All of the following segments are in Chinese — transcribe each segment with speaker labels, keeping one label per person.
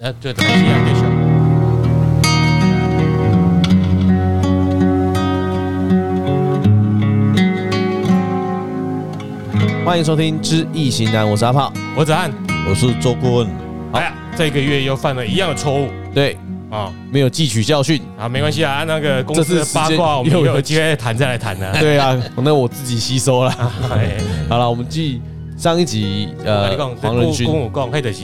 Speaker 1: 哎，对，怎么是一样这事儿？
Speaker 2: 欢迎收听《知易行难》，我是阿炮，
Speaker 1: 我子翰，
Speaker 3: 我是周顾问，
Speaker 1: 哎呀，这个月又犯了一样的错误
Speaker 2: 对，
Speaker 1: 啊
Speaker 2: 没有汲取教 训。
Speaker 1: 啊，没关系啊，那个公司
Speaker 2: 这
Speaker 1: 的
Speaker 2: 次时
Speaker 1: 八
Speaker 2: 间
Speaker 1: 卦我们
Speaker 2: 又
Speaker 1: 又
Speaker 2: 有
Speaker 1: 有机会谈再来谈呢。
Speaker 2: 对啊，那我自己吸收了。
Speaker 1: 哎，
Speaker 2: 好了，我们继上一集
Speaker 1: 我跟
Speaker 2: 呃
Speaker 1: 你讲，跟
Speaker 2: 黄
Speaker 1: 我
Speaker 2: 仁
Speaker 1: 跟
Speaker 2: 勋，
Speaker 1: 我讲，迄就是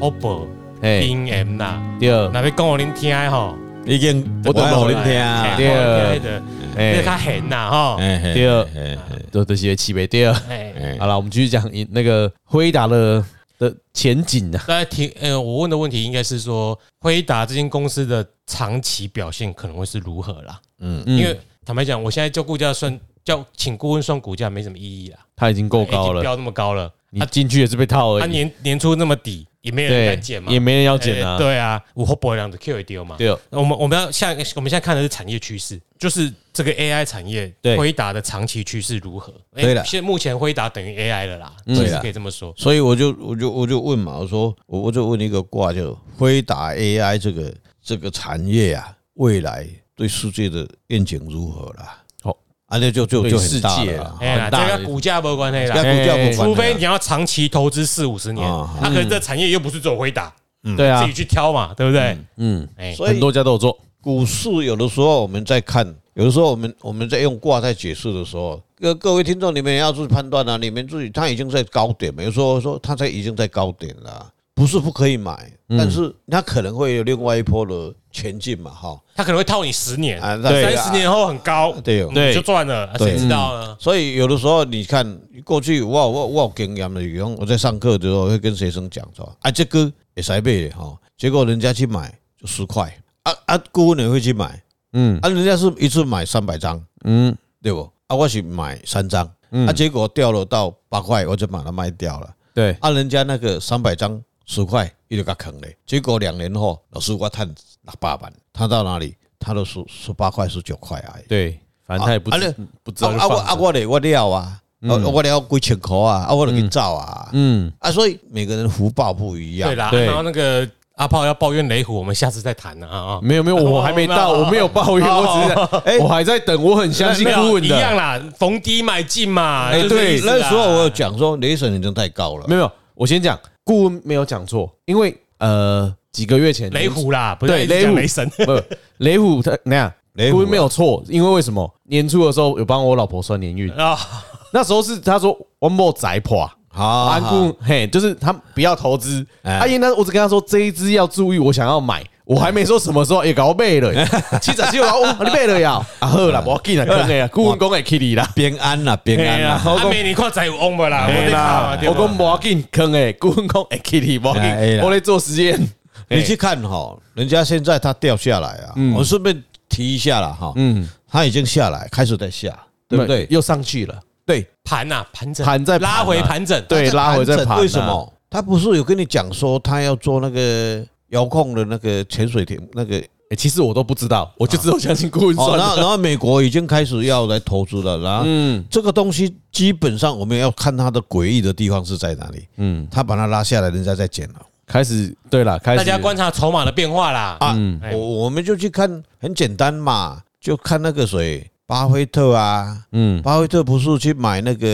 Speaker 1: OPPO
Speaker 2: 哎，
Speaker 1: B M 啦，
Speaker 2: 第二，
Speaker 1: 那要讲互恁听的吼，
Speaker 3: 已经
Speaker 2: 我懂了
Speaker 3: 我给你听
Speaker 1: 哎
Speaker 3: 啊，
Speaker 2: 对
Speaker 1: 讲给恁听的，那
Speaker 2: 哎，
Speaker 1: 较狠呐吼，
Speaker 3: 哎
Speaker 2: 第二，
Speaker 3: 嘿嘿
Speaker 2: 都这些气呗。第二，
Speaker 1: 哎。
Speaker 3: 嘿
Speaker 2: 好了，我们继续讲一那个辉达的的前景啊。
Speaker 1: 大家听，呃，我问的问题应该是说，辉达这间公司的长期表现可能会是如何啦？
Speaker 3: 嗯，
Speaker 2: 嗯
Speaker 1: 因为坦白讲，我现在叫估价算叫请顾问算股价没什么意义啦，
Speaker 2: 它已经够
Speaker 1: 哎已
Speaker 2: 高
Speaker 1: 经
Speaker 2: 了，
Speaker 1: 标那么高了，
Speaker 2: 你进去也是被套
Speaker 1: 它
Speaker 2: 而已。
Speaker 1: 年年初那么底，也没有人敢减嘛，
Speaker 2: 也没人要
Speaker 1: 要
Speaker 2: 减啊。
Speaker 1: 对啊，我后不两的 Q 一丢嘛。
Speaker 2: 对哦，
Speaker 1: 那我们我们要下我们现在看的是产业趋势，就是这个 AI 产业
Speaker 3: 对
Speaker 1: 辉达的长期趋势如何？哎
Speaker 3: 对了
Speaker 1: 现目前辉达等于 AI 了啦，
Speaker 2: 嗯
Speaker 1: 其
Speaker 3: 对
Speaker 1: 实
Speaker 3: 啦
Speaker 1: 可以这么说。
Speaker 3: 所以我就我就我就问嘛，我说我我就问一个卦，就辉达 AI 这个这个产业啊，未来对世界的愿景如何啦？
Speaker 2: 好，
Speaker 3: 啊，那就就
Speaker 2: 对
Speaker 3: 就很大
Speaker 2: 世界
Speaker 3: 了
Speaker 2: 啦
Speaker 3: 啦，
Speaker 1: 哎呀，
Speaker 2: 很大
Speaker 1: 这跟股价没关系啦
Speaker 3: 要，股价不管
Speaker 1: 除
Speaker 3: 了
Speaker 1: 非
Speaker 3: 啦
Speaker 1: 你要长期投资四五十年，
Speaker 3: 啊
Speaker 1: 那、可能这产业又不是只有辉达，
Speaker 3: 嗯
Speaker 2: 对啊
Speaker 1: 自己，去挑嘛，对不对？
Speaker 2: 嗯，
Speaker 1: 哎、
Speaker 3: 所以
Speaker 2: 很多家都有做。
Speaker 3: 股市有的时候我们在看，有的时候我们我们在用卦在解释的时候，各各位听众你们也要去判断啊，你们自己它已经在高点了，有时候说它在已经在高点了，不是不可以买，但是它可能会有另外一波的前进嘛，哈
Speaker 1: 他可能会套你十年，
Speaker 3: 啊，
Speaker 1: 三十年后很高，
Speaker 3: 对哦
Speaker 1: 嗯，
Speaker 2: 对嗯
Speaker 1: 就赚了，啊
Speaker 3: 对
Speaker 1: 谁知道呢？
Speaker 3: 所以有的时候你看过去我有我有我有经验的，比方我在上课的时候会跟学生讲说，啊这个也塞背哈，结果人家去买就十块，啊啊顾问也会去买，
Speaker 2: 嗯
Speaker 3: 啊人家是一次买三百张。
Speaker 2: 嗯，
Speaker 3: 对不？啊，我是买三张，啊，结果掉了到八块，我就把它卖掉了。
Speaker 2: 对，
Speaker 3: 啊，人家那个三百张十块，伊就给坑了。结果两年后，老师我赚六百万，他到哪里？他都是十八块、十九块而已。
Speaker 2: 对，反正他也不
Speaker 3: 啊
Speaker 2: 知
Speaker 3: 啊
Speaker 2: 不知
Speaker 3: 啊
Speaker 2: 道就
Speaker 3: 啊我
Speaker 2: 放
Speaker 3: 啊
Speaker 2: 着。
Speaker 3: 我嘞我了啊，啊我了几千块啊，啊我就去造啊，
Speaker 2: 嗯，
Speaker 3: 啊所以每个人福报不一样
Speaker 1: 对。啦，
Speaker 2: 对
Speaker 1: 然后那个阿炮要抱怨雷虎，我们下次再谈了啊啊。
Speaker 2: 没有没有，我还没到，我没有抱怨，
Speaker 1: 哦
Speaker 2: 我只是
Speaker 3: 哎
Speaker 2: 我还在等，我很相信
Speaker 1: 没有
Speaker 2: 顾问
Speaker 1: 一样啊
Speaker 2: 的。
Speaker 1: 啦，逢低买进嘛。
Speaker 2: 哎
Speaker 1: 就是
Speaker 2: 对
Speaker 1: 意思啦
Speaker 3: 那时候我有讲说，雷神已经太高了
Speaker 2: 没。有，没有，我先讲，顾问没有讲错，因为呃几个月前
Speaker 1: 雷虎啦，不
Speaker 2: 嗯对
Speaker 1: 是
Speaker 2: 雷虎
Speaker 1: 雷 神，啊
Speaker 2: 不雷虎他那样，
Speaker 3: 雷
Speaker 2: 顾
Speaker 3: 虎
Speaker 2: 问没有错，因为为什么年初的时候有帮我老婆算年运，
Speaker 1: 啊，
Speaker 2: 那时候是他说 one more 宅破。啊
Speaker 3: 好，
Speaker 2: 安
Speaker 3: 好
Speaker 2: 顾嘿，就是他不要投资。啊
Speaker 3: 啊哎
Speaker 2: 阿姨呢，我只跟他说这一只要注意，我想要买，我还没说什么时候也哎搞背了， 七十九哦，你背了呀？啊好啦，无紧啦，可能啦，顾问讲会去你啦。
Speaker 3: 平安啦，平安啊啦。
Speaker 1: 哎
Speaker 2: 啊
Speaker 1: 阿美你看仔有翁不啦？我
Speaker 2: 嘿
Speaker 1: 得看
Speaker 2: 啦
Speaker 1: 嘛，对
Speaker 2: 啊我
Speaker 1: 吧
Speaker 2: 讲无紧，坑诶，顾问讲会去你，无
Speaker 3: 哎哎
Speaker 2: 紧，
Speaker 3: 啦
Speaker 2: 我在做实验。
Speaker 3: 你去看哈、人家现在它掉下来啊，
Speaker 2: 嗯
Speaker 3: 我顺便提一下了哈、嗯，它已经下来，开始在下， 对不对？
Speaker 2: 又上去了，
Speaker 3: 对
Speaker 1: 盘呐，盘整，
Speaker 2: 盘在盘啊
Speaker 1: 拉回盘整，
Speaker 2: 对，拉回再
Speaker 3: 盘整
Speaker 2: 盘啊。
Speaker 3: 为什么？他不是有跟你讲说他要做那个遥控的那个潜水艇那个？
Speaker 2: 哎？其实我都不知道，我就只有相信顾问
Speaker 3: 哦，
Speaker 2: 算
Speaker 3: 然后
Speaker 2: 的。
Speaker 3: 然后美国已经开始要来投资了，然后
Speaker 2: 嗯
Speaker 3: 这个东西基本上我们要看它的诡异的地方是在哪里。
Speaker 2: 嗯，
Speaker 3: 他把它拉下来，人家在捡了
Speaker 2: 开始对了，开始
Speaker 1: 大家观察筹码的变化啦。
Speaker 3: 啊
Speaker 2: 嗯！
Speaker 1: 哎
Speaker 3: 我我们就去看，很简单嘛，就看那个谁，巴菲特啊，
Speaker 2: 嗯
Speaker 3: 巴菲特不是去买那个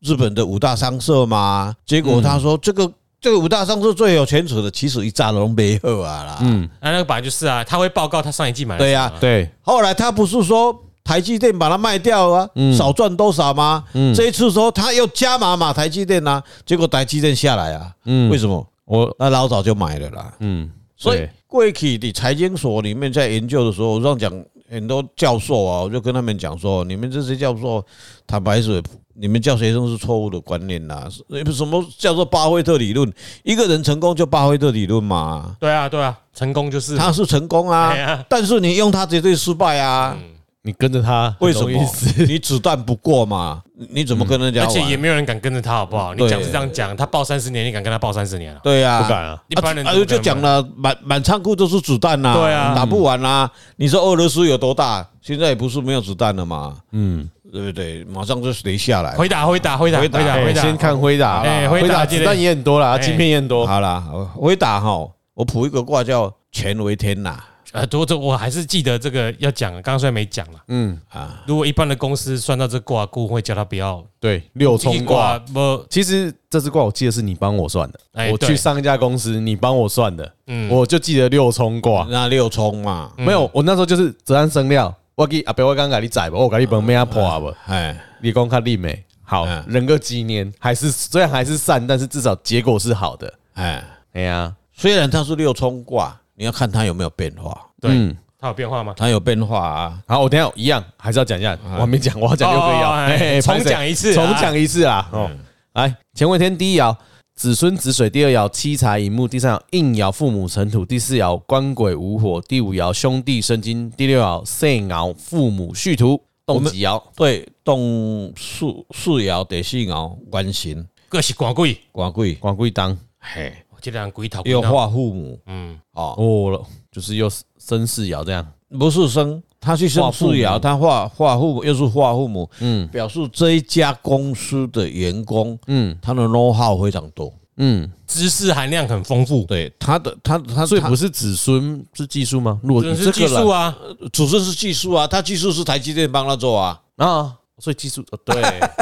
Speaker 3: 日本的五大商社吗？结果
Speaker 2: 嗯
Speaker 3: 他说这个这个五大商社最有钱者的，其实一炸龙没有啊啦。
Speaker 2: 嗯，
Speaker 1: 啊，那个本来就是啊，他会报告他上一季买了
Speaker 3: 对呀
Speaker 1: 什么
Speaker 2: 对，
Speaker 3: 后来他不是说台积电把它卖掉啊，
Speaker 2: 嗯
Speaker 3: 少赚多少吗？这一次说他又加码嘛台积电啊，结果台积电下来啊，
Speaker 2: 嗯
Speaker 3: 为什么？
Speaker 2: 我
Speaker 3: 那老早就买了啦。
Speaker 2: 嗯，
Speaker 3: 所以
Speaker 2: 对
Speaker 3: 过去的财经所里面在研究的时候，我让讲很多教授啊，我就跟他们讲说，你们这些教授，坦白说，你们教学生是错误的观念呐、是什么叫做巴菲特理论？一个人成功就巴菲特理论嘛，
Speaker 1: 对啊，对啊，成功就是
Speaker 3: 他是成功
Speaker 1: 哎
Speaker 3: 啊
Speaker 1: 呀，嗯
Speaker 3: 但是你用他绝对失败啊，
Speaker 2: 你跟着他很
Speaker 3: 为什么
Speaker 2: 容易死？？
Speaker 3: 你子弹不过嘛，你怎么跟人家
Speaker 1: 而且
Speaker 2: 啊
Speaker 1: 也
Speaker 3: 玩？
Speaker 1: 没有人敢跟着他，好不好？你
Speaker 3: 对
Speaker 1: 讲是这样讲，他报三十年，你敢跟他报三十年啊？
Speaker 3: 对呀、
Speaker 1: 不敢啊，一般人
Speaker 3: 啊
Speaker 1: 怎么
Speaker 3: 就
Speaker 1: 敢
Speaker 3: 讲了，满满仓库都是子弹呐、
Speaker 1: 对啊
Speaker 3: 打不完啦、你说俄罗斯有多大？现在也不是没有子弹了嘛，嗯，对不对？马上就雷下来。
Speaker 1: 回答，回答，回答，回
Speaker 3: 回答
Speaker 1: 答，
Speaker 2: 哎
Speaker 1: 回答。
Speaker 2: 先看辉达，
Speaker 1: 哎
Speaker 2: 辉
Speaker 1: 辉
Speaker 2: 达
Speaker 1: 达
Speaker 2: 子弹也很多啦，
Speaker 1: 哎
Speaker 2: 晶片也很多。
Speaker 3: 好啦，回答哈，我卜一个卦叫乾为天呐、
Speaker 1: 呃，多这我还是记得这个要讲，刚刚虽然没讲了。
Speaker 2: 嗯，
Speaker 3: 啊，
Speaker 1: 如果一般的公司算到这卦，顾会叫他不要
Speaker 2: 对，六
Speaker 1: 一
Speaker 2: 冲
Speaker 1: 卦
Speaker 2: 卦。
Speaker 1: 不，
Speaker 2: 其实这支卦我记得是你帮我算的，
Speaker 1: 哎
Speaker 2: 我
Speaker 1: 对
Speaker 2: 去上一家公司，你帮我算的，
Speaker 1: 嗯
Speaker 2: 我就记得六冲卦。
Speaker 3: 那六冲嘛，
Speaker 1: 啊嗯
Speaker 2: 没有，我那时候就是择安生料，我给阿伯我刚给你宰吧，我给你本命阿婆啊不，
Speaker 1: 嗯
Speaker 3: 哎，
Speaker 2: 你讲看丽美好
Speaker 3: 嗯，
Speaker 2: 忍个几年还是虽然还是善，但是至少结果是好的。
Speaker 3: 哎，
Speaker 2: 哎呀，
Speaker 3: 虽然它是六冲卦，你要看它有没有变化，
Speaker 1: 对，
Speaker 2: 嗯
Speaker 1: 他有变化吗？
Speaker 3: 它有变化啊。
Speaker 2: 好，我等一下一样还是要讲一下，我还没讲，我要讲六个爻，
Speaker 1: 哎哦哎
Speaker 2: 哎
Speaker 1: 重
Speaker 2: 拍谁
Speaker 1: 讲一次啊
Speaker 2: 重讲一次啊！哦，来，乾为天第一爻，子孙子水；第二爻，七财寅木；第三爻，应爻，父母成土；第四爻，官鬼无火；第五爻，兄弟生金；第六爻，岁爻，父母戌土；动吉爻，
Speaker 3: 对，动四四爻第四爻关心
Speaker 1: 各是官贵，
Speaker 3: 官贵，
Speaker 2: 官贵当
Speaker 3: 嘿，
Speaker 1: 这两鬼头
Speaker 3: 又化父母
Speaker 1: 嗯，
Speaker 3: 哦，
Speaker 2: 哦了，就是又生四爻这样。
Speaker 3: 不是生，他去生
Speaker 2: 化
Speaker 3: 四
Speaker 2: 父母
Speaker 3: 爻，他化化父母，又是化父母，
Speaker 2: 嗯
Speaker 3: 表示这一家公司的员工，
Speaker 2: 嗯
Speaker 3: 他的 know how 非常多，
Speaker 2: 嗯，
Speaker 1: 知识含量很丰富，
Speaker 3: 对他的他他
Speaker 2: 所以
Speaker 3: 他
Speaker 2: 不是子孙是技术吗？如果
Speaker 1: 这
Speaker 2: 你
Speaker 1: 是
Speaker 2: 这
Speaker 1: 技
Speaker 2: 个
Speaker 1: 术
Speaker 2: 人
Speaker 1: 啊，
Speaker 3: 主持是技术啊，他技术是台积电帮他做啊，
Speaker 2: 啊，所以技术哦对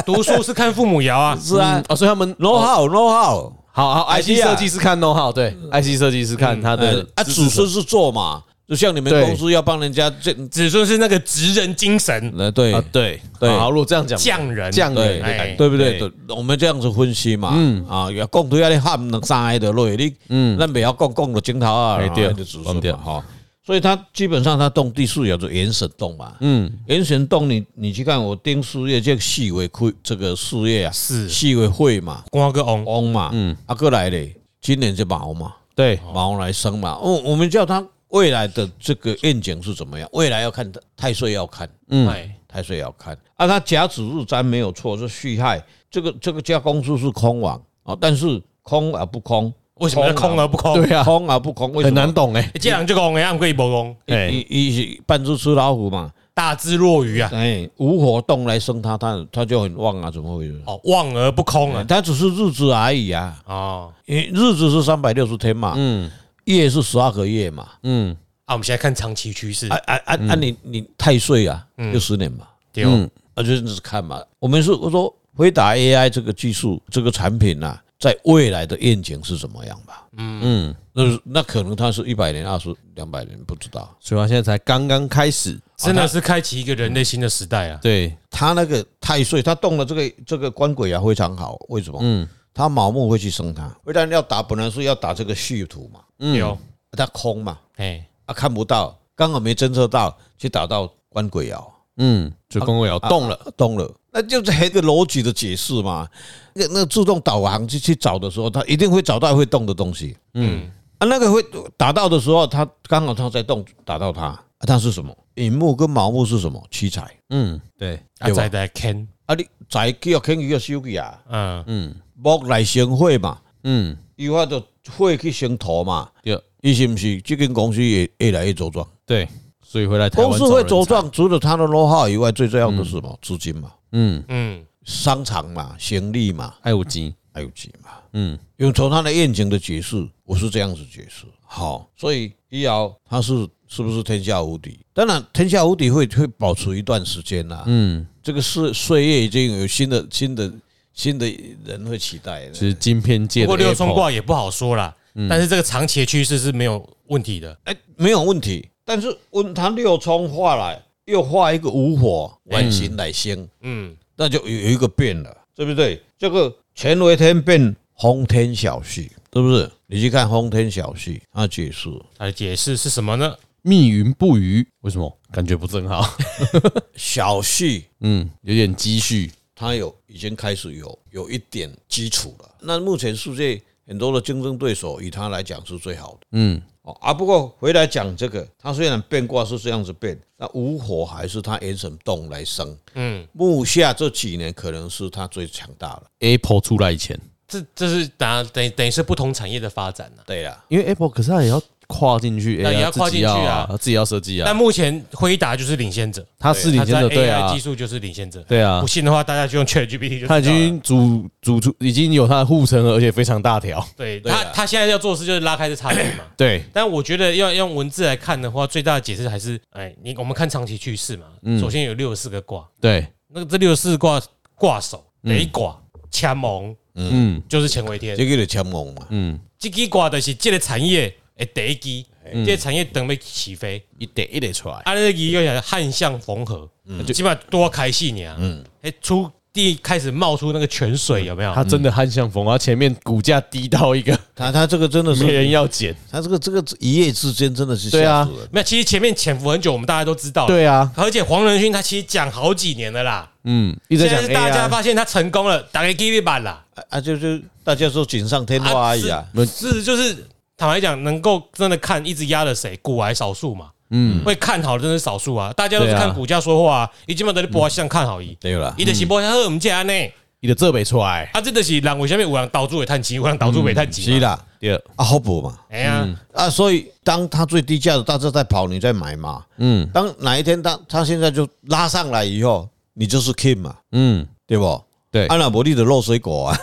Speaker 1: 读书是看父母摇 啊，
Speaker 3: 是啊
Speaker 2: 哦，所以他们
Speaker 3: ，know how know how，
Speaker 2: 好好
Speaker 3: idea
Speaker 2: IC 设计师看 know how，对 IC 设计师看他的
Speaker 3: 呃啊，
Speaker 2: 知识
Speaker 3: 主持是做嘛，就像你们
Speaker 2: 对
Speaker 3: 公司要帮人家这，
Speaker 1: 子孙是那个职人精神，
Speaker 3: 呃对
Speaker 2: 啊，对
Speaker 3: 对
Speaker 2: 好，如果这样讲，
Speaker 1: 匠人，
Speaker 2: 匠
Speaker 3: 对
Speaker 2: 人
Speaker 1: 哎
Speaker 3: 对不对？对我们这样子分析嘛，嗯啊，也讲对啊，你喊两三个的落，你嗯，咱不要讲讲到镜头啊，
Speaker 2: 哎对
Speaker 3: 啊就指数
Speaker 2: 忘掉
Speaker 3: 嘛哈。所以它基本上它动第四爻就元神动嘛，
Speaker 2: 嗯
Speaker 3: 嗯，元神动你你去看我丁四月这个细为亏这个四月啊，
Speaker 1: 是
Speaker 3: 细为会嘛，
Speaker 1: 光个翁，
Speaker 3: 翁嘛，嗯，啊过来嘞，今年就卯嘛，
Speaker 2: 对，
Speaker 3: 毛来生嘛。我我们叫他未来的这个愿景是怎么样？未来要看太岁要看，
Speaker 2: 嗯，
Speaker 1: 哎，
Speaker 3: 太岁要看啊。他甲子入占没有错，是戌亥。这个这个家公司是空亡啊，但是空而不空，
Speaker 1: 为什么要空而不空？
Speaker 2: 对啊，
Speaker 3: 空而不空，为什
Speaker 2: 很
Speaker 3: 么
Speaker 2: 难？懂哎，
Speaker 1: 哎这人就空哎，按贵不空，
Speaker 2: 哎
Speaker 3: 一一一半只吃老虎嘛，
Speaker 1: 大智若愚啊，
Speaker 3: 哎，无火动来生他，他他就很旺啊，怎么回事？
Speaker 1: 哦，望而不空啊，
Speaker 3: 他只是日子而已啊，
Speaker 1: 哦，
Speaker 3: 因为日子是三百六十天嘛，
Speaker 2: 嗯
Speaker 3: 月是十二个月嘛，
Speaker 2: 嗯
Speaker 1: 啊，我们现在看长期趋势
Speaker 3: 啊，啊啊
Speaker 1: 嗯
Speaker 3: 啊！你你太岁啊，六十年嘛，
Speaker 1: 对哦，
Speaker 2: 嗯，
Speaker 3: 啊，就是看嘛。我们是我说回答 AI 这个技术这个产品呐、在未来的愿景是怎么样吧？
Speaker 2: 嗯，
Speaker 3: 那是那可能它是一百年、二十、两百年，不知道。
Speaker 2: 所以他现在才刚刚开始，
Speaker 1: 真的是开启一个人类新的时代啊，
Speaker 2: 啊对，
Speaker 3: 它那个太岁，它动了这个这个官鬼啊，非常好。为什么？
Speaker 2: 嗯
Speaker 3: 它卯木会去生它，不然要打本来是要打这个戌土嘛，
Speaker 1: 对
Speaker 2: 嗯，
Speaker 1: 哦，
Speaker 3: 它空嘛，
Speaker 1: 哎，
Speaker 3: 啊看不到，刚好没侦测到，去打到官鬼啊爻。
Speaker 2: 嗯，就公位爻动了，
Speaker 3: 了，动了，那就是还有一个逻辑的解释嘛。那那个自动导航去去找的时候，它一定会找到会动的东西
Speaker 1: 嗯，
Speaker 3: 啊。那个会打到的时候，它刚好它在动，打到它，啊它是什么？寅木跟卯木是什么？七财
Speaker 2: 嗯，对，
Speaker 1: 啊，再来看，
Speaker 3: 啊！你财去要肯定要收去啊，
Speaker 1: 嗯，
Speaker 2: 嗯
Speaker 3: 木来生火嘛，
Speaker 2: 嗯，
Speaker 3: 伊法就火去生土嘛。
Speaker 2: 对
Speaker 3: 伊是不是这间公司也越来越茁壮？
Speaker 2: 对，所以回来台湾
Speaker 3: 公司会
Speaker 2: 找人
Speaker 3: 茁
Speaker 2: 才，
Speaker 3: 壮，除了它的 know how 以外，最重要的是什么？资金嘛，
Speaker 2: 嗯，
Speaker 1: 嗯，
Speaker 3: 商场嘛，行李嘛，
Speaker 2: 爱五级，
Speaker 3: 还有钱嘛。
Speaker 2: 嗯
Speaker 3: 因为从他的愿景的解释，我是这样子解释。好，所以医疗它是是不是天下无敌？当然，天下无敌会会保持一段时间啦、
Speaker 2: 嗯，
Speaker 3: 这个是岁月已经有新的新的新的人会期待
Speaker 2: 其
Speaker 3: 的。
Speaker 2: 实晶片界
Speaker 1: 不过
Speaker 2: 的
Speaker 1: 六冲
Speaker 2: Apple 嗯
Speaker 1: 卦也不好说啦，但是这个长期的趋势是没有问题的，
Speaker 3: 哎，没有问题。但是问他六冲化来，又化一个无火完形来生，
Speaker 1: 嗯，
Speaker 3: 那就有有一个变了，对不对？这个乾为天变，轰天小旭，是不是？你去看轰天小旭，他解释。
Speaker 1: 它的啊解释是什么呢？
Speaker 2: 密云不鱼，为什么感觉不正好？
Speaker 3: 小旭
Speaker 2: 嗯，有点积蓄。
Speaker 3: 它有已经开始有有一点基础了。那目前世界很多的竞争对手，以它来讲是最好的
Speaker 2: 嗯
Speaker 3: 哦啊。不过回来讲这个，它虽然变卦是这样子变，那无火还是它元神动来生。
Speaker 1: 嗯，
Speaker 3: 目下这几年可能是它最强大了。
Speaker 2: ，Apple 出来以前，
Speaker 1: 这这是等等等于是不同产业的发展呐、啊
Speaker 3: 对了，
Speaker 2: 因为 Apple 可是它也要跨进去，
Speaker 1: 那
Speaker 2: AI
Speaker 1: 也要
Speaker 2: 自己
Speaker 1: 跨进去啊
Speaker 2: 啊，自己要设计
Speaker 1: 但
Speaker 2: 啊，
Speaker 1: 目前辉达就是领先者，
Speaker 2: 他是领先
Speaker 1: 它
Speaker 2: 者，
Speaker 1: 在
Speaker 2: 对
Speaker 1: AI
Speaker 2: 啊
Speaker 1: 技，术就是领先者。
Speaker 2: 对啊
Speaker 1: 不，信的话，大家就用 ChatGPT 就知道
Speaker 2: 他
Speaker 1: 了
Speaker 2: 已经组组出已经有他的护城河，而且非常 大条，
Speaker 1: 对
Speaker 3: 对啊
Speaker 1: 他他现在要做的事就是拉开这差距 嘛。
Speaker 2: 对，
Speaker 1: 但我觉得要用文字来看的话，最大的解释还是，哎，你我们看长期趋势嘛。
Speaker 2: 嗯
Speaker 1: 首先有六十四个卦，
Speaker 2: 对，
Speaker 1: 那个这六十四卦卦首哪一卦？乾蒙
Speaker 2: 嗯
Speaker 1: 就是乾为天，
Speaker 3: 这个就签盟嘛，
Speaker 2: 嗯，
Speaker 1: 这支卦就是这个产业的第一支，
Speaker 2: 嗯
Speaker 1: 这个产业等要起飞。
Speaker 2: 一得一得出来，
Speaker 1: 啊，那个又讲汉相缝合，
Speaker 2: 嗯
Speaker 1: 嗯起码多开戏你啊，嗯，哎，出地开始冒出那个泉水有没有？
Speaker 2: 他真的汉相逢，他前面股价低到一个
Speaker 3: 他他这个真
Speaker 1: 嗯
Speaker 3: 的
Speaker 2: 没
Speaker 3: 是，
Speaker 2: 人要 捡，
Speaker 3: 他这个这个一夜之间真的是
Speaker 2: 对啊
Speaker 3: 吓死人。
Speaker 1: 没有，其实前面潜伏很久，我们大家都知道。，
Speaker 2: 对啊，
Speaker 1: 而且黄仁勋他其实讲好几年了啦，
Speaker 2: 嗯，一直
Speaker 1: 现
Speaker 2: 在
Speaker 1: 在
Speaker 2: 讲
Speaker 1: 是大家
Speaker 2: AI，
Speaker 1: 发现他成功了，打给 Give 版啦。
Speaker 3: 啊啊，就是大家说锦上添花而已啊。
Speaker 1: 是是就是坦白讲，能够真的看一直压了谁，股癌少数嘛，
Speaker 2: 嗯，
Speaker 1: 会看好的真的是少数啊，大家都是
Speaker 2: 对啊嗯
Speaker 1: 看股价说话啊，已经把这里博向看好伊，
Speaker 3: 对了，
Speaker 1: 伊就是博向好，我们这安呢，
Speaker 2: 一得这北出来，
Speaker 1: 啊，这就是人为什么有人导主会探钱，有人导主会探钱
Speaker 3: 是
Speaker 1: 嘛，
Speaker 3: 啦，
Speaker 2: 第二，
Speaker 3: 啊，好补嘛。
Speaker 1: 哎呀。
Speaker 2: 嗯
Speaker 3: 啊，所以当它最低价的，大家在跑，你在买嘛。
Speaker 2: 嗯
Speaker 3: 当哪一天它它现在就拉上来以后，你就是 king 嘛，
Speaker 2: 嗯，
Speaker 3: 对不？
Speaker 1: 啊
Speaker 2: 对
Speaker 3: 安娜伯利的落水狗 啊，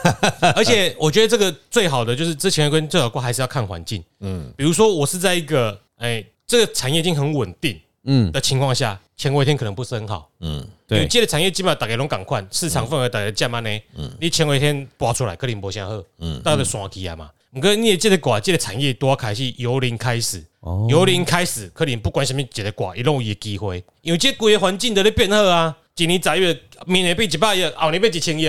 Speaker 1: 而且我觉得这个最好的就是之前跟最好过还是要看环境，嗯，比如说我是在一个哎、这个产业已经很稳定
Speaker 2: 嗯，
Speaker 1: 的情况下，前几天可能不是很好，
Speaker 3: 嗯，
Speaker 1: 有
Speaker 2: 对，
Speaker 1: 些的产业基本上大概拢赶快，市场份额大概价嘛呢，嗯，你前几天拔出来可能无啥好，嗯，大概刷起啊嘛，不过你也这个寡这个产业多开始由零开始。
Speaker 2: 哦
Speaker 1: 由零开始，可能不管什么一个挂，一拢有伊的机会，因为这规个环境在咧变好啊。一年十月，明年变一百亿，后年变一千亿，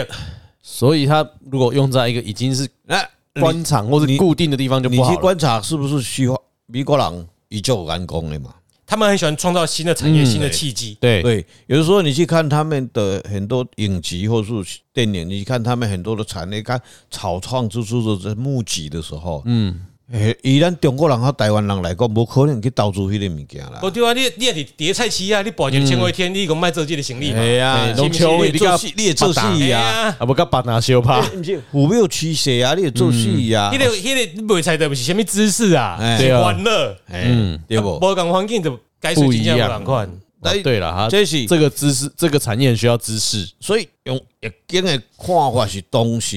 Speaker 2: 所以他如果用在一个已经是
Speaker 3: 那你
Speaker 2: 官场或者固定的地方就
Speaker 3: 你
Speaker 2: 不好
Speaker 3: 去
Speaker 2: 了，
Speaker 3: 观察是不是西方美国人依旧敢讲的嘛？
Speaker 1: 他们很喜欢创造新的产业、新的契机。
Speaker 2: 对，
Speaker 3: 对，有的时候你去看他们的很多影集或是电影，你看他们很多的产业，看草创之初的募集的时候，嗯，诶，以咱中国人和台湾人来讲，无可能去投资迄个物件啦。
Speaker 2: 哦
Speaker 1: 无对啊，你你也是叠菜市啊，你保全千块天，你讲卖做这个行李嘛？
Speaker 3: 哎呀，
Speaker 2: 拢
Speaker 3: 是不
Speaker 2: 像
Speaker 3: 是你
Speaker 2: 你
Speaker 3: 做
Speaker 2: 甲
Speaker 3: 戏，你也做戏呀，
Speaker 1: 啊，
Speaker 2: 啊，不跟把拿修怕，
Speaker 3: 有没有趋势啊？你也做戏呀
Speaker 1: 迄，个迄个卖菜的不是什么知识啊，
Speaker 3: 哎
Speaker 1: 是
Speaker 2: 对啊
Speaker 1: 玩乐，
Speaker 3: 嗯，对不？
Speaker 1: 无共环境就改水真正无共款。
Speaker 2: 啊对了，他
Speaker 3: 哎这是
Speaker 2: 这个知识，这个产业需要知识，
Speaker 3: 所以用易经的看法是当时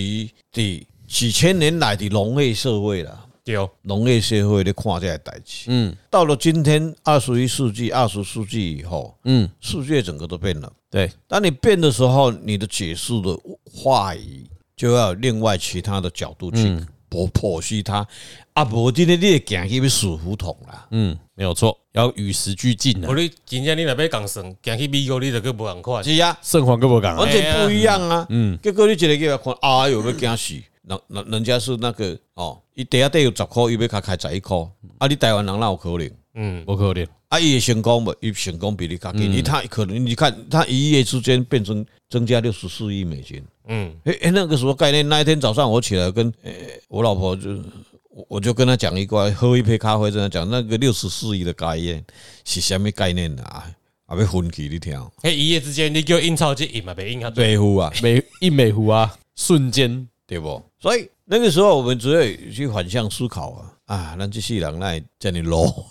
Speaker 3: 的几千年来的农业社会啦，
Speaker 1: 对，
Speaker 3: 农业社会咧看这个代志。
Speaker 2: 嗯
Speaker 3: 到了今天二十一世纪、二十世纪以后，
Speaker 2: 嗯，
Speaker 3: 世界整个都变了。
Speaker 2: 对，
Speaker 3: 当你变的时候，你的解释的话语就要有另外其他的角度去剖剖析它。啊，无今天你会行去要死胡同啦，
Speaker 2: 嗯，没有错，要与时俱进啊
Speaker 1: 无，你真正你若要共算，行去美国你就佫无共款。
Speaker 3: 是啊，
Speaker 2: 圣皇跟我讲啊
Speaker 3: 完，全不一样
Speaker 1: 哎
Speaker 3: 啊。
Speaker 2: 嗯，
Speaker 3: 结果你一个给他看，啊，有要惊死。人人人家是那个哦，伊底下底有十箍，伊要开开十一箍。啊，你台湾人哪有可能？
Speaker 1: 嗯，
Speaker 2: 不可怜，
Speaker 3: 啊，伊会成功无？伊成功比你较紧，伊他可能你看他一夜之间变成增加六十四亿美金，
Speaker 1: 嗯，
Speaker 3: 诶、诶那个什么概念？那一天早上我起来跟诶、我老婆就我我就跟她讲一个喝一杯咖啡，跟她讲那个六十四亿的概念是什么概念啊？啊，要分歧你听，
Speaker 1: 迄一夜之间你叫印钞机印嘛袂印啊？对，
Speaker 3: 白付啊，
Speaker 2: 美一美湖啊，瞬间，
Speaker 3: 对不？所以那个时候我们只有去反向思考啊啊，咱这些人来叫你 low，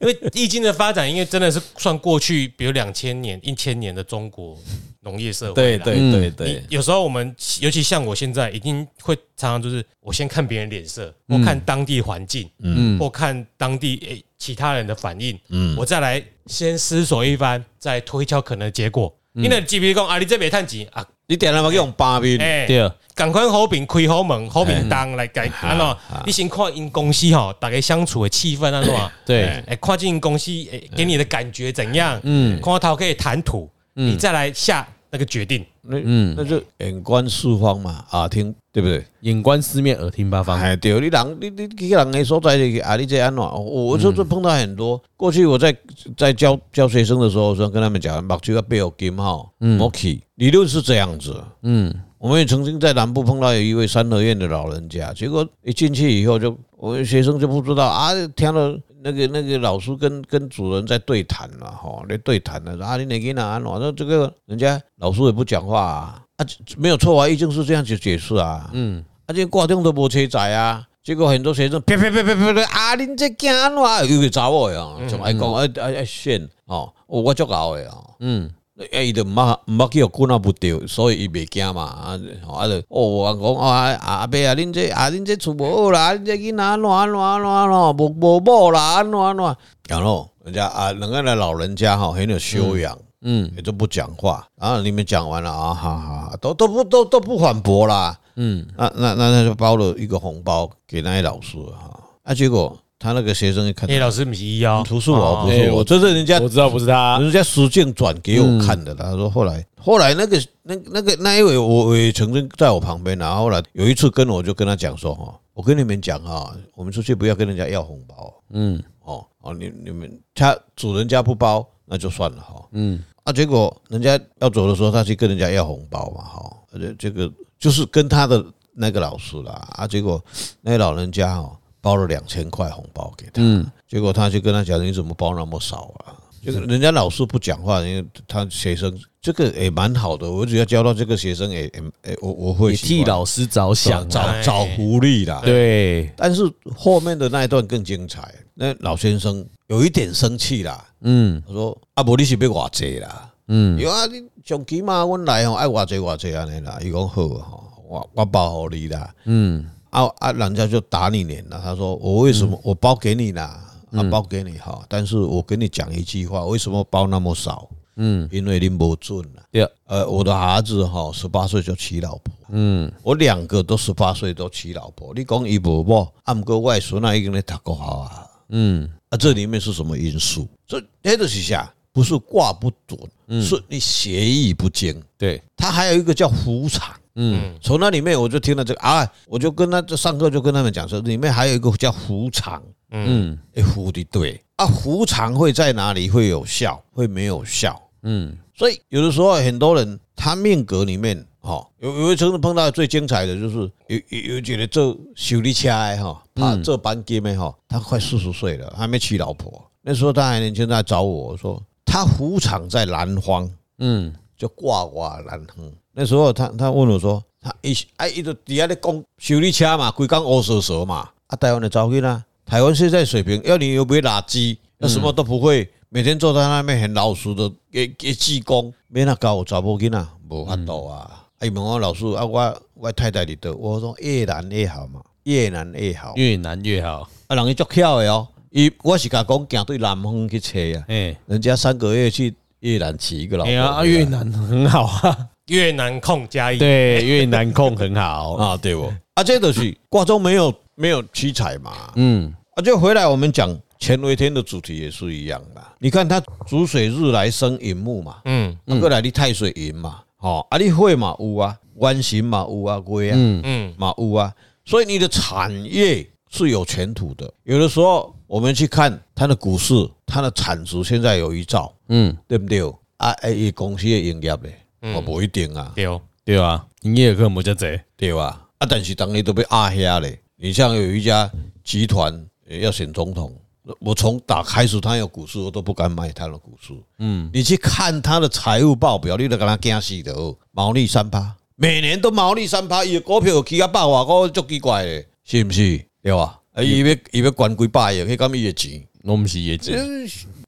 Speaker 1: 因为易经的发展，因为真的是算过去，比如两千年、一千年的中国农业社会啦。
Speaker 2: 对
Speaker 3: 嗯
Speaker 1: 你，有时候我们，尤其像我现在，已经会常常就是我先看别人脸色，我看当地环境，
Speaker 2: 嗯，
Speaker 1: 或看当地诶、其他人的反应，
Speaker 3: 嗯
Speaker 1: 我再来先思索一番，再推敲可能的结果。
Speaker 2: 嗯
Speaker 1: 因为即比讲啊，你这边趁钱啊，
Speaker 3: 你点了嘛用八面，
Speaker 1: 哎、
Speaker 2: 第二，
Speaker 1: 赶快好饼开好门，好
Speaker 2: 嗯
Speaker 1: 饼当来改，
Speaker 2: 啊
Speaker 1: 安怎？你先看因公司吼，大家相处的气氛啊安怎？
Speaker 2: 对，
Speaker 1: 哎，看进公司诶给你的感觉怎样？
Speaker 2: 嗯
Speaker 1: 看头可以谈吐，你再来下那个决定。
Speaker 3: 那
Speaker 2: 嗯
Speaker 3: 那就眼观四方嘛，耳听对不对？
Speaker 2: 眼观四面，耳听八方，
Speaker 3: 哎，对，你人你你去人的所在就是啊，你这安怎？我就
Speaker 2: 嗯
Speaker 3: 就碰到很多。过去我在在教教学生的时候，我说跟他们讲，目睭要啊背哦有金哈，莫去。理论是这样子。
Speaker 2: 嗯，
Speaker 3: 我们也曾经在南部碰到有一位三合院的老人家，结果一进去以后就，我们学生就不知道啊，听到那个那个老师跟跟主人在对谈了哈，在对谈了，啊，你哪个哪安怎？那这个人家老师也不讲话啊，啊，没有错啊，一定是这样去解释啊，嗯，啊，这挂钟都无车载啊，结果很多学生啪啪啪啪啪啪啊，恁这惊安怎？又查某的哦，就爱讲爱爱爱炫哦，哦我足牛的哦，嗯。啊，伊就毋捌毋捌去互棍仔붙着，所以伊袂惊嘛。啊，吼啊就哦，人讲啊啊阿伯啊，恁这啊恁这厝无好啦，啊恁这囡仔安怎安怎安怎安怎，无无某啦，安怎安怎。然后人家啊，人家的老人家哈很有修养，
Speaker 2: 嗯，
Speaker 3: 也就不讲话。然后你们讲完了啊，好好，都都不都都不反驳啦。
Speaker 2: 嗯，
Speaker 3: 那那那他就包了一个红包给那些老师哈。啊，结果他那个学生一
Speaker 2: 嗯
Speaker 3: 看，
Speaker 1: 哎，老师不是一哦，
Speaker 3: 不是我，不
Speaker 2: 哎
Speaker 3: 是
Speaker 2: 我
Speaker 3: 我，这嗯是人家啊
Speaker 2: 我嗯知道啊不是他，
Speaker 3: 人家实境转给我看的啦。他说后来后来那个那那个那一位我我也曾经在我旁边啊，然后后来有一次跟我就跟他讲说哈，我跟你们讲哈，我们出去不要跟人家要红包
Speaker 2: 嗯
Speaker 3: 哦哦，你你们他主人家不包那就算了哈
Speaker 2: 嗯
Speaker 3: 啊，结果人家要走的时候，他去跟人家要红包嘛哈，而且这个就是跟他的那个老师啦啊，结果那老人家哈包了两千块红包给他。
Speaker 2: 嗯，
Speaker 3: 结果他就跟他讲：“你怎么包那么少啊？”就是人家老师不讲话，因为他学生这个也蛮好的，我只要教到这个学生也也也我我会
Speaker 2: 也
Speaker 3: 喜
Speaker 2: 替
Speaker 3: 欢
Speaker 2: 老师着想
Speaker 3: 找
Speaker 2: 啊，
Speaker 3: 找找福利啦。，
Speaker 2: 对，
Speaker 3: 但是后面的那一段更精彩。那老先生有一点生气啦，
Speaker 2: 嗯
Speaker 3: 他说：“啊，无你是要偌济啦？”
Speaker 2: 嗯
Speaker 3: 有啊，你上起码阮来吼爱偌济偌济安尼啦。伊讲好啊吼，我我包互你啦。
Speaker 2: 嗯
Speaker 3: 啊啊，人家就打你脸了。他说我为什么我包给你啦？
Speaker 2: 嗯
Speaker 3: 啊，包给你哈，但是我跟你讲一句话，为什么包那么少？
Speaker 2: 嗯，
Speaker 3: 因为你没准了。
Speaker 2: 对，啊
Speaker 3: 呃，我的儿子哈，十八岁就娶老婆，
Speaker 2: 嗯
Speaker 3: 我两个都十八岁都娶老婆。你讲伊无某，啊，毋过我的孙仔已经咧读国校啊。
Speaker 2: 嗯
Speaker 3: 啊，这里面是什么因素？这那就是啥？不是卦不准，
Speaker 2: 嗯
Speaker 3: 是你协议不精。
Speaker 2: 对，
Speaker 3: 他还有一个叫虎场。
Speaker 2: 嗯
Speaker 3: 从那里面我就听了这个啊，我就跟他这上课就跟他们讲说，里面还有一个叫虎场，
Speaker 2: 嗯
Speaker 3: 哎，虎的对啊，虎场会在哪里会有效，会没有效，
Speaker 2: 嗯
Speaker 3: 所以有的时候很多人他命格里面哈、哦，有有一次碰到最精彩的就是有有有觉得做修理车的哈，他做班机的哈，他快四十岁了，还没娶老婆，那时候他还年轻，他来找我说他虎场在南方，
Speaker 2: 嗯
Speaker 3: 就挂挂难哼。那时候他他问我说，他一哎一直底下咧讲修理车嘛，规工乌蛇蛇嘛，啊台湾的早去啦，台湾现在水平，要你又不会垃圾，要什么都不会，每天坐在那边很老实的给给技工，没那搞我查某囡仔，无法度啊。哎、问我老师啊，我我太太伫倒，我说越南越好嘛，越南越好，
Speaker 2: 越难越好，
Speaker 3: 啊人伊足巧的哦，伊我是甲讲行对南方去找啊，
Speaker 2: 哎，
Speaker 3: 人家三个月去越南娶一个老
Speaker 2: 哎
Speaker 3: 婆回
Speaker 2: 呀，
Speaker 3: 来，
Speaker 2: 啊越南很好啊，
Speaker 1: 越南控加一，
Speaker 2: 对，越南控很 好，
Speaker 3: 啊，对不？啊，这就是挂钟没有没有七彩嘛。
Speaker 2: 嗯
Speaker 3: 啊，就回来我们讲乾为天的主题也是一样的。你看它主水日来生寅木嘛，
Speaker 1: 嗯
Speaker 3: 啊，过来你太水寅嘛，哦，啊，你火嘛有啊，弯形嘛有啊，月啊
Speaker 2: 嗯
Speaker 1: 嗯
Speaker 3: 嘛有啊，所以你的产业是有前途的。有的时候我们去看它的股市，它的产值现在有一兆，
Speaker 2: 嗯，
Speaker 3: 对不对？啊，哎，它公司的营业咧，我不一定啊。
Speaker 1: 对，哦
Speaker 2: 对啊，营业课没叫贼，
Speaker 3: 对吧？啊，但是当你都被压下嘞。你像有一家集团呃要选总统，我从打开始他有股市，我都不敢买他的股市。嗯，你去看他的财务报表，你都跟他惊死的哦，毛利三趴，每年都毛利三趴，伊的股票起啊百外股，足奇怪的，是不是？对吧？啊，伊要伊要管几百亿，迄敢伊的钱？
Speaker 2: 我们是业绩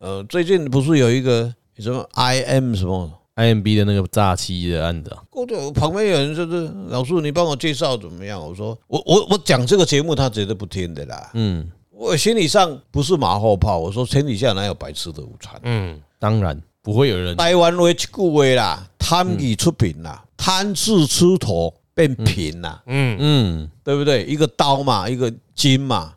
Speaker 3: 呃，最近不是有一个什么 IM 什么？
Speaker 2: ，IMB 的那个诈欺的案子啊，
Speaker 3: 我就旁边有人就是老师，你帮我介绍怎么样？我说我我我讲这个节目，他绝对不听的啦。
Speaker 2: 嗯，
Speaker 3: 我心理上不是马后炮，我说天底下哪有白吃的午餐？
Speaker 1: 嗯
Speaker 2: 当然不会有人，
Speaker 3: 台湾话一句话啦，贪己出品啦，贪字出头变贫啦，
Speaker 1: 嗯，
Speaker 2: 嗯，
Speaker 3: 对不对？一个刀嘛，一个金嘛，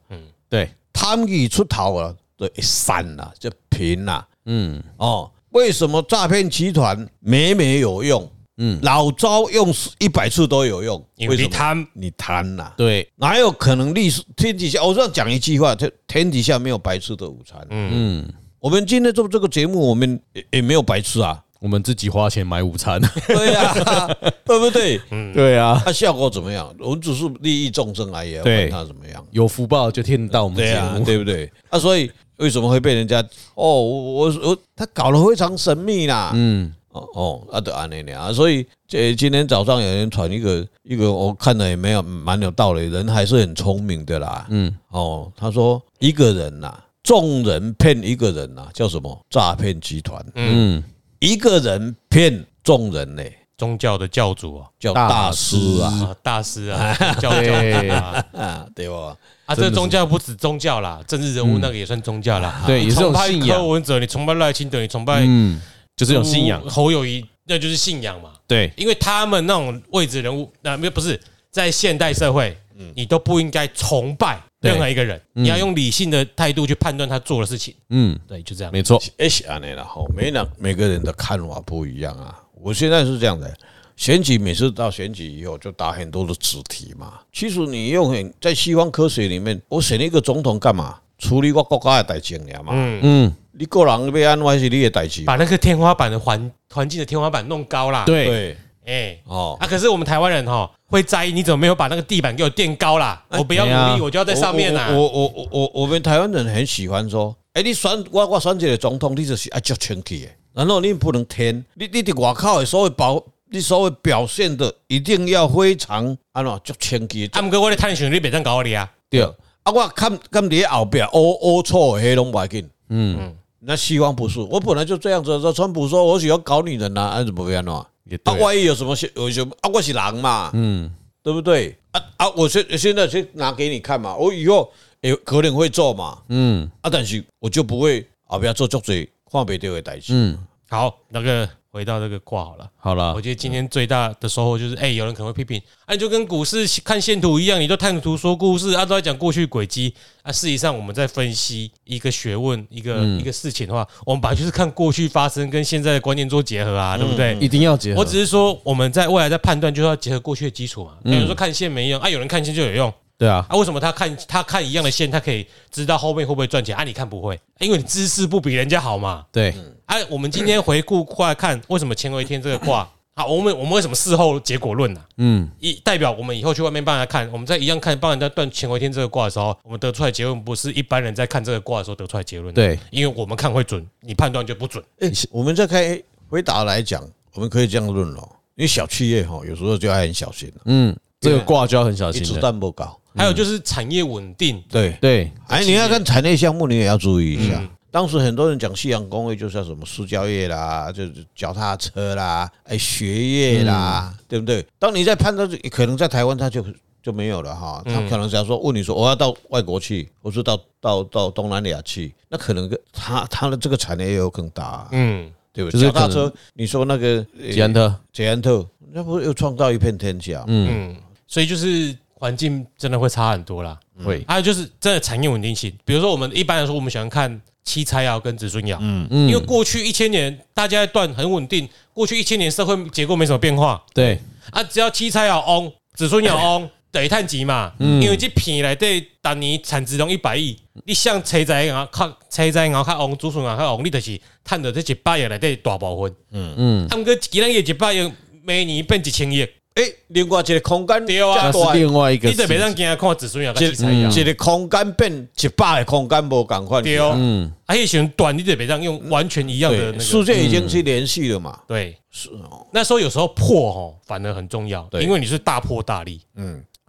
Speaker 2: 对，
Speaker 3: 贪己出头了，对，散啦，就贫啦。
Speaker 2: 嗯
Speaker 3: 哦，为什么诈骗集团每每有用？
Speaker 2: 嗯
Speaker 3: 嗯，老招用一百次都有用，
Speaker 1: 因为
Speaker 3: 什
Speaker 1: 你
Speaker 3: 么
Speaker 1: 贪，
Speaker 3: 你贪啦、
Speaker 2: 对，
Speaker 3: 哪有可能历史天底下？我这样讲一句话，天天底下没有白吃的午餐。
Speaker 2: 嗯，
Speaker 3: 我们今天做这个节目，我们也也没有白吃啊，
Speaker 2: 我们自己花钱买午餐，
Speaker 3: 对呀、啊， 对不对？
Speaker 2: 对啊，
Speaker 3: 它效果怎么样？我们只是利益众生而已啊，
Speaker 2: 对
Speaker 3: 管它怎么样？
Speaker 2: 有福报就听得到我们
Speaker 3: 对
Speaker 2: 节
Speaker 3: 呀、啊，
Speaker 2: 目，
Speaker 3: 对不对？啊，所以为什么会被人家哦，我我我，他搞得非常神秘啦，
Speaker 2: 嗯，
Speaker 3: 哦哦，啊，对，安尼俩，啊所以这今天早上有人传一个一个，我看了也没有蛮有道理，人还是很聪明的啦。嗯，哦，他说一个人呐、众人骗一个人呐、叫什么诈骗集团？
Speaker 2: 嗯，
Speaker 3: 一个人骗众人呢、
Speaker 1: 宗教的教主啊，
Speaker 3: 叫
Speaker 2: 大
Speaker 3: 大师啊
Speaker 1: 啊大师 啊，教教主啊，
Speaker 3: 啊，对吧？
Speaker 1: 啊，这个宗教不止宗教啦，政治人物那个也算宗教啦。
Speaker 2: 嗯对，
Speaker 1: 你
Speaker 2: 也是
Speaker 1: 崇
Speaker 2: 种
Speaker 1: 拜
Speaker 2: 信
Speaker 1: 柯
Speaker 2: 仰，
Speaker 1: 文哲，你崇拜赖清德，你崇拜
Speaker 2: 嗯，哦就是一种信仰，
Speaker 1: 侯友谊，那就是信仰嘛。
Speaker 2: 对，
Speaker 1: 因为他们那种位置人物，那没有不是在现代社会，
Speaker 2: 嗯
Speaker 1: 你都不应该崇拜任何一个人，你要用理性的态度去判断他做的事情。
Speaker 2: 嗯，
Speaker 1: 对，就这样。
Speaker 2: 没错，
Speaker 3: 哎，是安尼啦，吼，每人每个人的看法不一样啊。我现在是这样的，选举每次到选举以后就打很多的子题嘛。其实你用很在西方科学里面，我选一个总统干嘛？处理我国家的代情了嘛。
Speaker 2: 嗯，
Speaker 3: 你个人要安还是你的代志？
Speaker 1: 把那个天花板的环环境的天花板弄高啦。，
Speaker 2: 对，
Speaker 3: 对，
Speaker 1: 哎，
Speaker 3: 哦，
Speaker 1: 啊，可是我们台湾人哈会在意你怎么没有把那个地板给我垫高啦？我不要
Speaker 2: 哎呀
Speaker 1: 努力，我就要在上面啊啦。
Speaker 3: 我我我我我们台湾人很喜欢说，哎，你选我我选一个总统，你就是要叫清气的，然后你不能添，你你伫外口的所谓保，你所谓表现的一定要非常安怎足清气。
Speaker 1: 他们跟我的探寻力别这样搞你啊！
Speaker 3: 对，啊，我看看你后壁乌乌错的黑拢白紧，嗯，那希望不是，我本来就这样子。说川普说我喜欢搞女人呐、啊，那怎么会安怎？啊，
Speaker 2: 也对，
Speaker 3: 万一有什么事有什么啊，我是狼嘛，
Speaker 2: 嗯，
Speaker 3: 对不对？啊啊，我现现在去拿给你看嘛，我以后也可能会做嘛，
Speaker 2: 嗯，
Speaker 3: 啊，但是我就不会后壁做足嘴看不到的代志，嗯，
Speaker 1: 好，那个回到这个卦好了。
Speaker 2: 好了
Speaker 1: 我，觉得今天最大的收获就是，哎、有人可能会批评，啊，你就跟股市看线图一样，你都探图说故事，啊，都在讲过去轨迹，啊，事实上我们在分析一个学问、一个、一个事情的话，我们本来就是看过去发生跟现在的观念做结合啊，对不对？
Speaker 2: 一定要结合，
Speaker 1: 我只是说我们在未来在判断，就是要结合过去的基础嘛。哎有人说看线没用，啊，有人看线就有用，
Speaker 2: 对啊，
Speaker 1: 啊，为什么他看他看一样的线，他可以知道后面会不会赚钱？啊，你看不会，因为你知识不比人家好嘛。
Speaker 2: 对，
Speaker 1: 哎、我们今天回顾过来看，为什么前一天这个 卦？好，我们我们为什么事后结果论呢、
Speaker 2: 嗯，
Speaker 1: 一代表我们以后去外面帮人家看，我们在一样看帮人家断前一天这个卦的时候，我们得出来结论不是一般人在看这个卦的时候得出来结论。，
Speaker 2: 对，
Speaker 1: 因为我们看会准，你判断就不准。
Speaker 3: 哎、我们再开回答来讲，我们可以这样论咯，因为小企业吼，有时候就要很小心了，
Speaker 2: 嗯，这个卦就要很小
Speaker 3: 一
Speaker 2: 心
Speaker 3: 子
Speaker 2: 了，
Speaker 3: 弹不高，
Speaker 2: 嗯
Speaker 1: 还有就是产业稳定，
Speaker 3: 对。
Speaker 2: 对，
Speaker 3: 哎，你要看产业项目，你也要注意一下。
Speaker 2: 嗯
Speaker 3: 当时很多人讲夕阳工业就是要什么塑胶业啦，就是脚踏车啦，哎，学业啦，
Speaker 2: 嗯
Speaker 3: 对不对？当你在判断，可能在台湾他就就没有了哈，
Speaker 2: 嗯
Speaker 3: 他可能想说哦问你说我要到外国去，或是到到到东南亚去，那可能他他的这个产业也有更大、
Speaker 1: 嗯，
Speaker 3: 对不
Speaker 2: 就
Speaker 3: 对？
Speaker 2: 是
Speaker 3: 脚踏
Speaker 2: 可能
Speaker 3: 车，你说那个呃
Speaker 2: 捷安特，
Speaker 3: 捷安特，那不是又创造一片天下？嗯，
Speaker 1: 所以就是环境真的会差很多啦。
Speaker 2: 会，
Speaker 1: 还有就是真的产业稳定性，比如说我们一般来说，我们喜欢看七财爻跟子孙爻，嗯嗯，因为过去一千年大家断很稳定，过去一千年社会结构没什么变化
Speaker 2: 对，
Speaker 1: 啊，只要七财爻 on，子孙爻 on，等于碳基嘛，因为这片来对当年产值拢一百亿，你像车仔然后靠车仔然后靠 on，子孙爻靠 on，你就是赚到这一百亿来对大部分，嗯嗯，他们个其他个一百亿每年变一千亿，
Speaker 3: 哎，另外一个空间
Speaker 1: 对啊
Speaker 2: 那
Speaker 3: 这么大
Speaker 2: 是另外一个
Speaker 1: 你
Speaker 2: 世
Speaker 1: 就
Speaker 2: 界，
Speaker 1: 别当惊看子孙爻跟七财
Speaker 3: 一
Speaker 1: 爻。
Speaker 3: 个一个空间变一百个空间无共款。
Speaker 1: 对哦，嗯，而且选短一点，别让用完全一样的那
Speaker 3: 对，
Speaker 1: 个
Speaker 3: 世界已经是连续了
Speaker 2: 嗯
Speaker 3: 嘛。
Speaker 1: 对，是哦。那时候有时候破哦，反而很重要，
Speaker 3: 对
Speaker 1: 因为你是大破大立。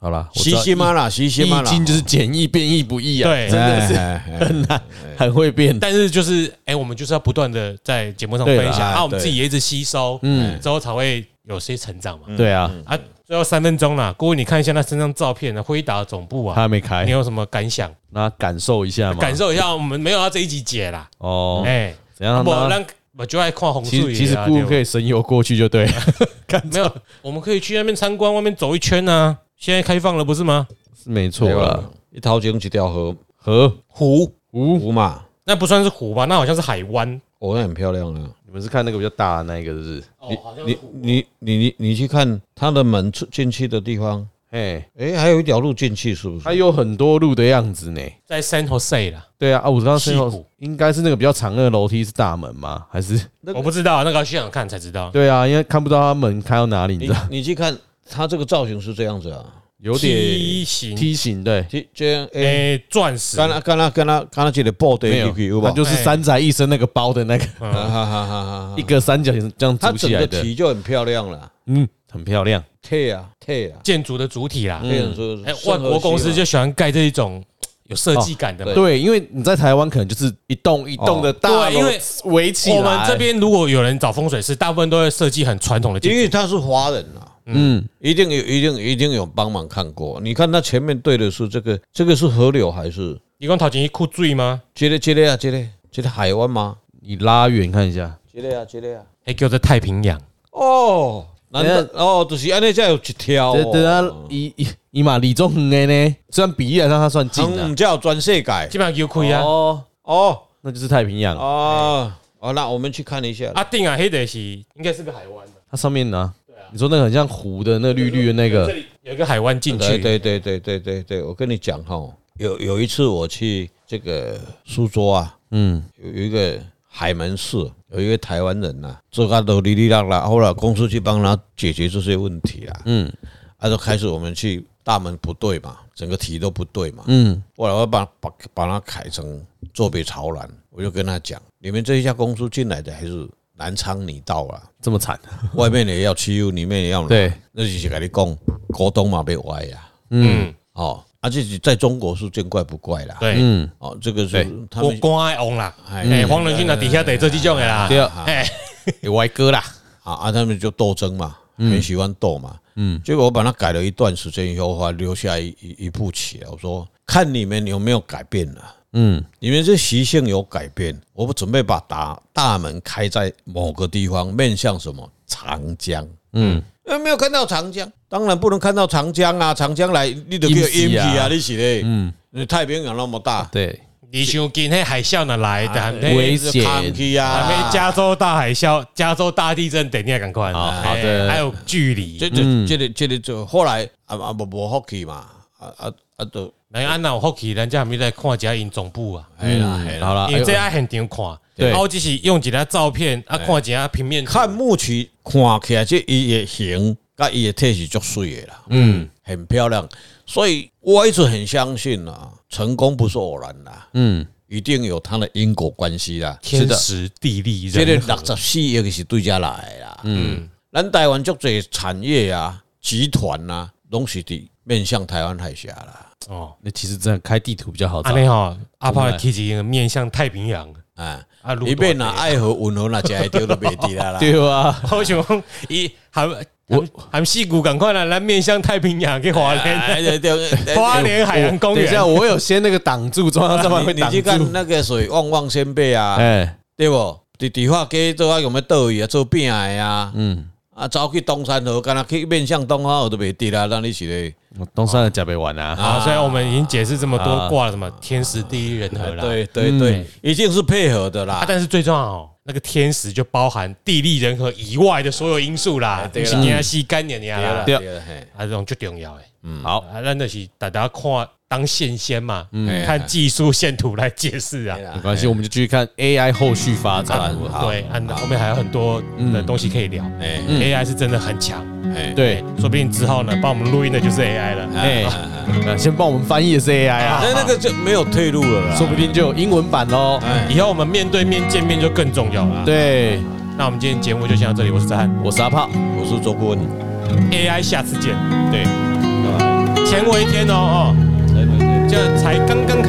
Speaker 2: 好了，我知
Speaker 3: 习
Speaker 2: 道
Speaker 3: 习嘛啦，习习嘛
Speaker 2: 易
Speaker 3: 啦，
Speaker 2: 经就是简易变易不易啊，
Speaker 1: 对
Speaker 2: 真的是
Speaker 3: 哎哎哎
Speaker 2: 很会变，
Speaker 1: 但是就是，哎，我们就是要不断的在节目上分
Speaker 2: 对
Speaker 1: 享，
Speaker 3: 啦
Speaker 1: 啊，我们
Speaker 3: 对
Speaker 1: 自己也一直吸收，嗯，之后才会有些成长嘛。
Speaker 2: 对啊，
Speaker 1: 啊，最后三分钟啦，各位你看一下那三张照片呢，辉达总部
Speaker 2: 他还
Speaker 1: 啊，
Speaker 2: 没开
Speaker 1: 你，有什么感想？
Speaker 2: 那感受一下嘛，
Speaker 1: 感受一下，我们没有要这一集解啦，
Speaker 2: 哦，
Speaker 1: 哎，
Speaker 2: 怎样
Speaker 1: 不
Speaker 2: 呢？
Speaker 1: 让我就爱看红
Speaker 2: 其
Speaker 1: 树
Speaker 2: 实其实
Speaker 1: 叶啊，
Speaker 2: 不
Speaker 1: 对
Speaker 2: 如
Speaker 1: 吧
Speaker 2: 可以神游过去就对了，
Speaker 1: 没有，我们可以去那边参观，外面走一圈啊。现在开放了不是吗？
Speaker 2: 是没错啦。，
Speaker 3: 啊一头前一条河
Speaker 2: 和
Speaker 3: 湖湖嘛，
Speaker 1: 那不算是湖吧？那好像是海湾。
Speaker 3: 哦，那很漂亮啊。
Speaker 2: 你们是看那个比较大的那一个，是不是？
Speaker 1: 哦，好像
Speaker 3: 你你你你你去看它的门出进去的地方，
Speaker 2: 哎，
Speaker 3: 哎，还有一条路进去，是不是
Speaker 2: 它？有很多路的样子呢。
Speaker 1: 在 San Jose 啦，
Speaker 2: 对啊，啊，我知道最
Speaker 1: 戏
Speaker 2: 后
Speaker 1: 骨
Speaker 2: 应该是那个比较长的楼梯是大门吗？还是
Speaker 1: 我不知道，啊那个要去现场看才知道。
Speaker 2: 对啊，因为看不到它门开到哪里，你知
Speaker 3: 你
Speaker 2: 道？
Speaker 3: 你去看它这个造型是这样子啊，
Speaker 2: 有点
Speaker 1: 梯形，
Speaker 2: 梯形，对，
Speaker 3: 这这诶，
Speaker 1: 诶，钻石，
Speaker 3: 刚刚刚刚刚刚刚这个布袋
Speaker 2: 哎没
Speaker 3: 进
Speaker 2: 有
Speaker 3: 去有，
Speaker 2: 它
Speaker 3: 吧？
Speaker 2: 就是三宅一生那个包的那个
Speaker 3: 哈哈哈哈哈
Speaker 2: 一，个三角形这样
Speaker 3: 它
Speaker 2: 组
Speaker 3: 整
Speaker 2: 起来
Speaker 3: 个
Speaker 2: 的，
Speaker 3: 体就很漂亮了，
Speaker 2: 嗯，很漂亮。
Speaker 3: 退啊退啊，
Speaker 1: 建筑的主体啦。
Speaker 3: 退说
Speaker 1: 哎，外国公司就喜欢盖这一种有设计感的嘛。
Speaker 2: 对，因为你在台湾可能就是一栋一栋的大
Speaker 1: 对因
Speaker 2: 楼
Speaker 1: 为
Speaker 2: 围起来，
Speaker 1: 我们这边如果有人找风水师，大部分都会设计很传统的
Speaker 3: 因
Speaker 1: 建
Speaker 3: 为
Speaker 1: 筑。
Speaker 3: 他是华人啊，
Speaker 2: 嗯
Speaker 3: 一定有一定一定有帮忙看过。你看他前面对的是这个，这个是河流还是
Speaker 1: 你讲头前一哭醉吗？
Speaker 3: 这个这个啊这个这个海湾吗？
Speaker 2: 你拉远看一下，
Speaker 3: 这个啊这个啊，
Speaker 1: 哎，叫做太平洋。
Speaker 3: 哦，难
Speaker 2: 等
Speaker 3: 道哦就是安尼才有一条
Speaker 2: 这
Speaker 3: 哦，
Speaker 2: 等
Speaker 1: 啊
Speaker 2: 下以以以马李宗恒的呢，虽然比例来上它算近
Speaker 3: 很
Speaker 2: 的
Speaker 3: 唔叫转世界
Speaker 1: 基本上有亏啊。
Speaker 2: 哦，
Speaker 3: 哦
Speaker 2: 那就是太平洋，
Speaker 3: 哦哦，那我们去看一下。
Speaker 1: 啊，定啊，黑的是应该是个海湾吧？
Speaker 2: 它上面呢，你说那个很像湖的那绿绿的那
Speaker 1: 这
Speaker 2: 个，
Speaker 1: 里有一个海湾进
Speaker 3: 对
Speaker 1: 去，
Speaker 3: 对对对对对对，我跟你讲哈，有有一次我去这个苏州啊，
Speaker 2: 嗯，
Speaker 3: 有有一个海门市，有一个台湾人呐、做咖都哩哩啦啦，后来公司去帮他解决这些问题啦。
Speaker 2: 嗯，
Speaker 3: 啊，就开始我们去大门不对嘛，整个题都不对嘛。
Speaker 2: 嗯，
Speaker 3: 后来我把把把它改成坐北朝南，我就跟他讲，你们这一家公司进来的还是南昌你道啦，
Speaker 2: 这么惨，
Speaker 3: 外面也要欺负，里面也要拿
Speaker 2: 对，
Speaker 3: 那就是跟你讲，股东嘛被歪呀、
Speaker 1: 嗯，
Speaker 3: 哦，啊，这是在中国是见怪不怪啦。
Speaker 1: 对，
Speaker 2: 嗯，
Speaker 3: 哦，这个是
Speaker 2: 对
Speaker 3: 他
Speaker 1: 我
Speaker 3: 们
Speaker 1: 光爱翁啦，
Speaker 3: 哎
Speaker 1: 哎，黄仁勋啊，底下得这几种的啦，
Speaker 2: 对
Speaker 3: 啊
Speaker 1: 哎，
Speaker 2: 有歪哥啦，
Speaker 3: 啊啊，他们就斗争嘛，很喜欢斗嘛。嗯，结果我把它改了一段时间以后，我还留下一一一步棋啊来，我说看你们有没有改变了、
Speaker 2: 嗯，
Speaker 3: 你们这习性有改变，我不准备把大大门开在某个地方，面向什么长江。
Speaker 2: 嗯，
Speaker 3: 有没有看到长江？当然不能看到长江啊！长江来，你都叫
Speaker 2: 淹死啊
Speaker 3: 阴气啊！你是嘞，嗯，你太平洋那么大，
Speaker 2: 对，
Speaker 1: 你想近那海啸哪来的？哎
Speaker 2: 危险
Speaker 3: 空气啊！
Speaker 1: 还没加州大海啸、加州大地震等一下，赶快。
Speaker 2: 好
Speaker 1: 哎
Speaker 2: 好的
Speaker 1: 还有距离。
Speaker 3: 哦这这这个这个就后来啊啊无无福气嘛，啊啊啊都
Speaker 1: 人安那有福气，人家还没在看一下因总部啊，
Speaker 3: 哎啦哎啦，
Speaker 2: 好了，
Speaker 1: 因为这爱现场看。
Speaker 2: 对
Speaker 1: 啊我只是用一下照片啊，看一下平面图。
Speaker 3: 看木旗看起来这伊的形，甲伊的体是足水的啦，嗯，很漂亮，所以我一直很相信啊，成功不是偶然啦，
Speaker 2: 嗯，
Speaker 3: 一定有它的因果关系啦，
Speaker 1: 天
Speaker 3: 是的
Speaker 1: 时地利
Speaker 3: 这个
Speaker 1: 人和，
Speaker 3: 六十四亿是对遮来的啦。嗯，咱台湾足侪产业啊、集团啊，拢是伫面向台湾海峡啦。
Speaker 1: 哦，
Speaker 2: 那其实这样开地图比较好找
Speaker 1: 安，尼吼，阿爸提起一个面向太平洋
Speaker 3: 啊，
Speaker 1: 啊，路
Speaker 3: 你变
Speaker 1: 大
Speaker 3: 若爱河、运河那食会着都袂得啦 啦。
Speaker 2: 对啊，
Speaker 1: 我想讲，伊含含含屁股赶快来来面向太平洋去华
Speaker 3: 哎
Speaker 1: 联，
Speaker 3: 对对对
Speaker 1: 花莲海洋公
Speaker 2: 等一
Speaker 1: 园
Speaker 2: 下，。我有先那个挡住，中央上面会
Speaker 3: 你你
Speaker 2: 挡
Speaker 3: 去看
Speaker 2: 住，
Speaker 3: 那个水旺旺仙贝啊，
Speaker 2: 哎，
Speaker 3: 对不？伫迪化街做啊，用要倒去啊，做饼的啊，
Speaker 2: 嗯，
Speaker 3: 啊，走去东山河，敢若去面向东山河都袂得啦，那你是咧？
Speaker 2: 我东山的假北玩啊，
Speaker 1: 啊，所以我们已经解释这么多，挂了什么天时地利人和啦。
Speaker 3: 啊对对对，一定是配合的啦
Speaker 1: 啊，。但是最重要哦，那个天时就包含地利人和以外的所有因素啦，
Speaker 3: 哎对啦
Speaker 1: 不是你要细干点呀啦
Speaker 2: 对，
Speaker 3: 啦，嘿
Speaker 1: 啊，这种最重要诶。
Speaker 3: 嗯
Speaker 2: 好
Speaker 1: 啊，咱就是大家看当线先嘛，
Speaker 3: 哎
Speaker 1: 看技术线图来解释啊
Speaker 3: 对。啦
Speaker 2: 没关系，我们就继续看 AI 后续发展。
Speaker 3: 好嗯
Speaker 1: 对，啊，那后面还有很多的东西可以聊。
Speaker 3: 哎
Speaker 1: AI 是真的很强，
Speaker 3: 哎，
Speaker 2: 对，
Speaker 1: 说不定之后呢，帮我们录音的就是 AI 了。
Speaker 2: 哎，那先帮我们翻译的是 AI 啊，
Speaker 3: 那那个就没有退路了啦。
Speaker 2: 说不定就有英文版喽。
Speaker 3: 哎，
Speaker 1: 以后我们面对面见面就更重要了。，
Speaker 2: 对，
Speaker 1: 那我们今天节目就先到这里，我是子涵
Speaker 2: 我是阿炮，
Speaker 3: 我是周顾问，
Speaker 1: ，AI 下次见。
Speaker 2: 对。
Speaker 1: 前为天哦哦，
Speaker 3: 对对对。
Speaker 1: 这才刚刚开。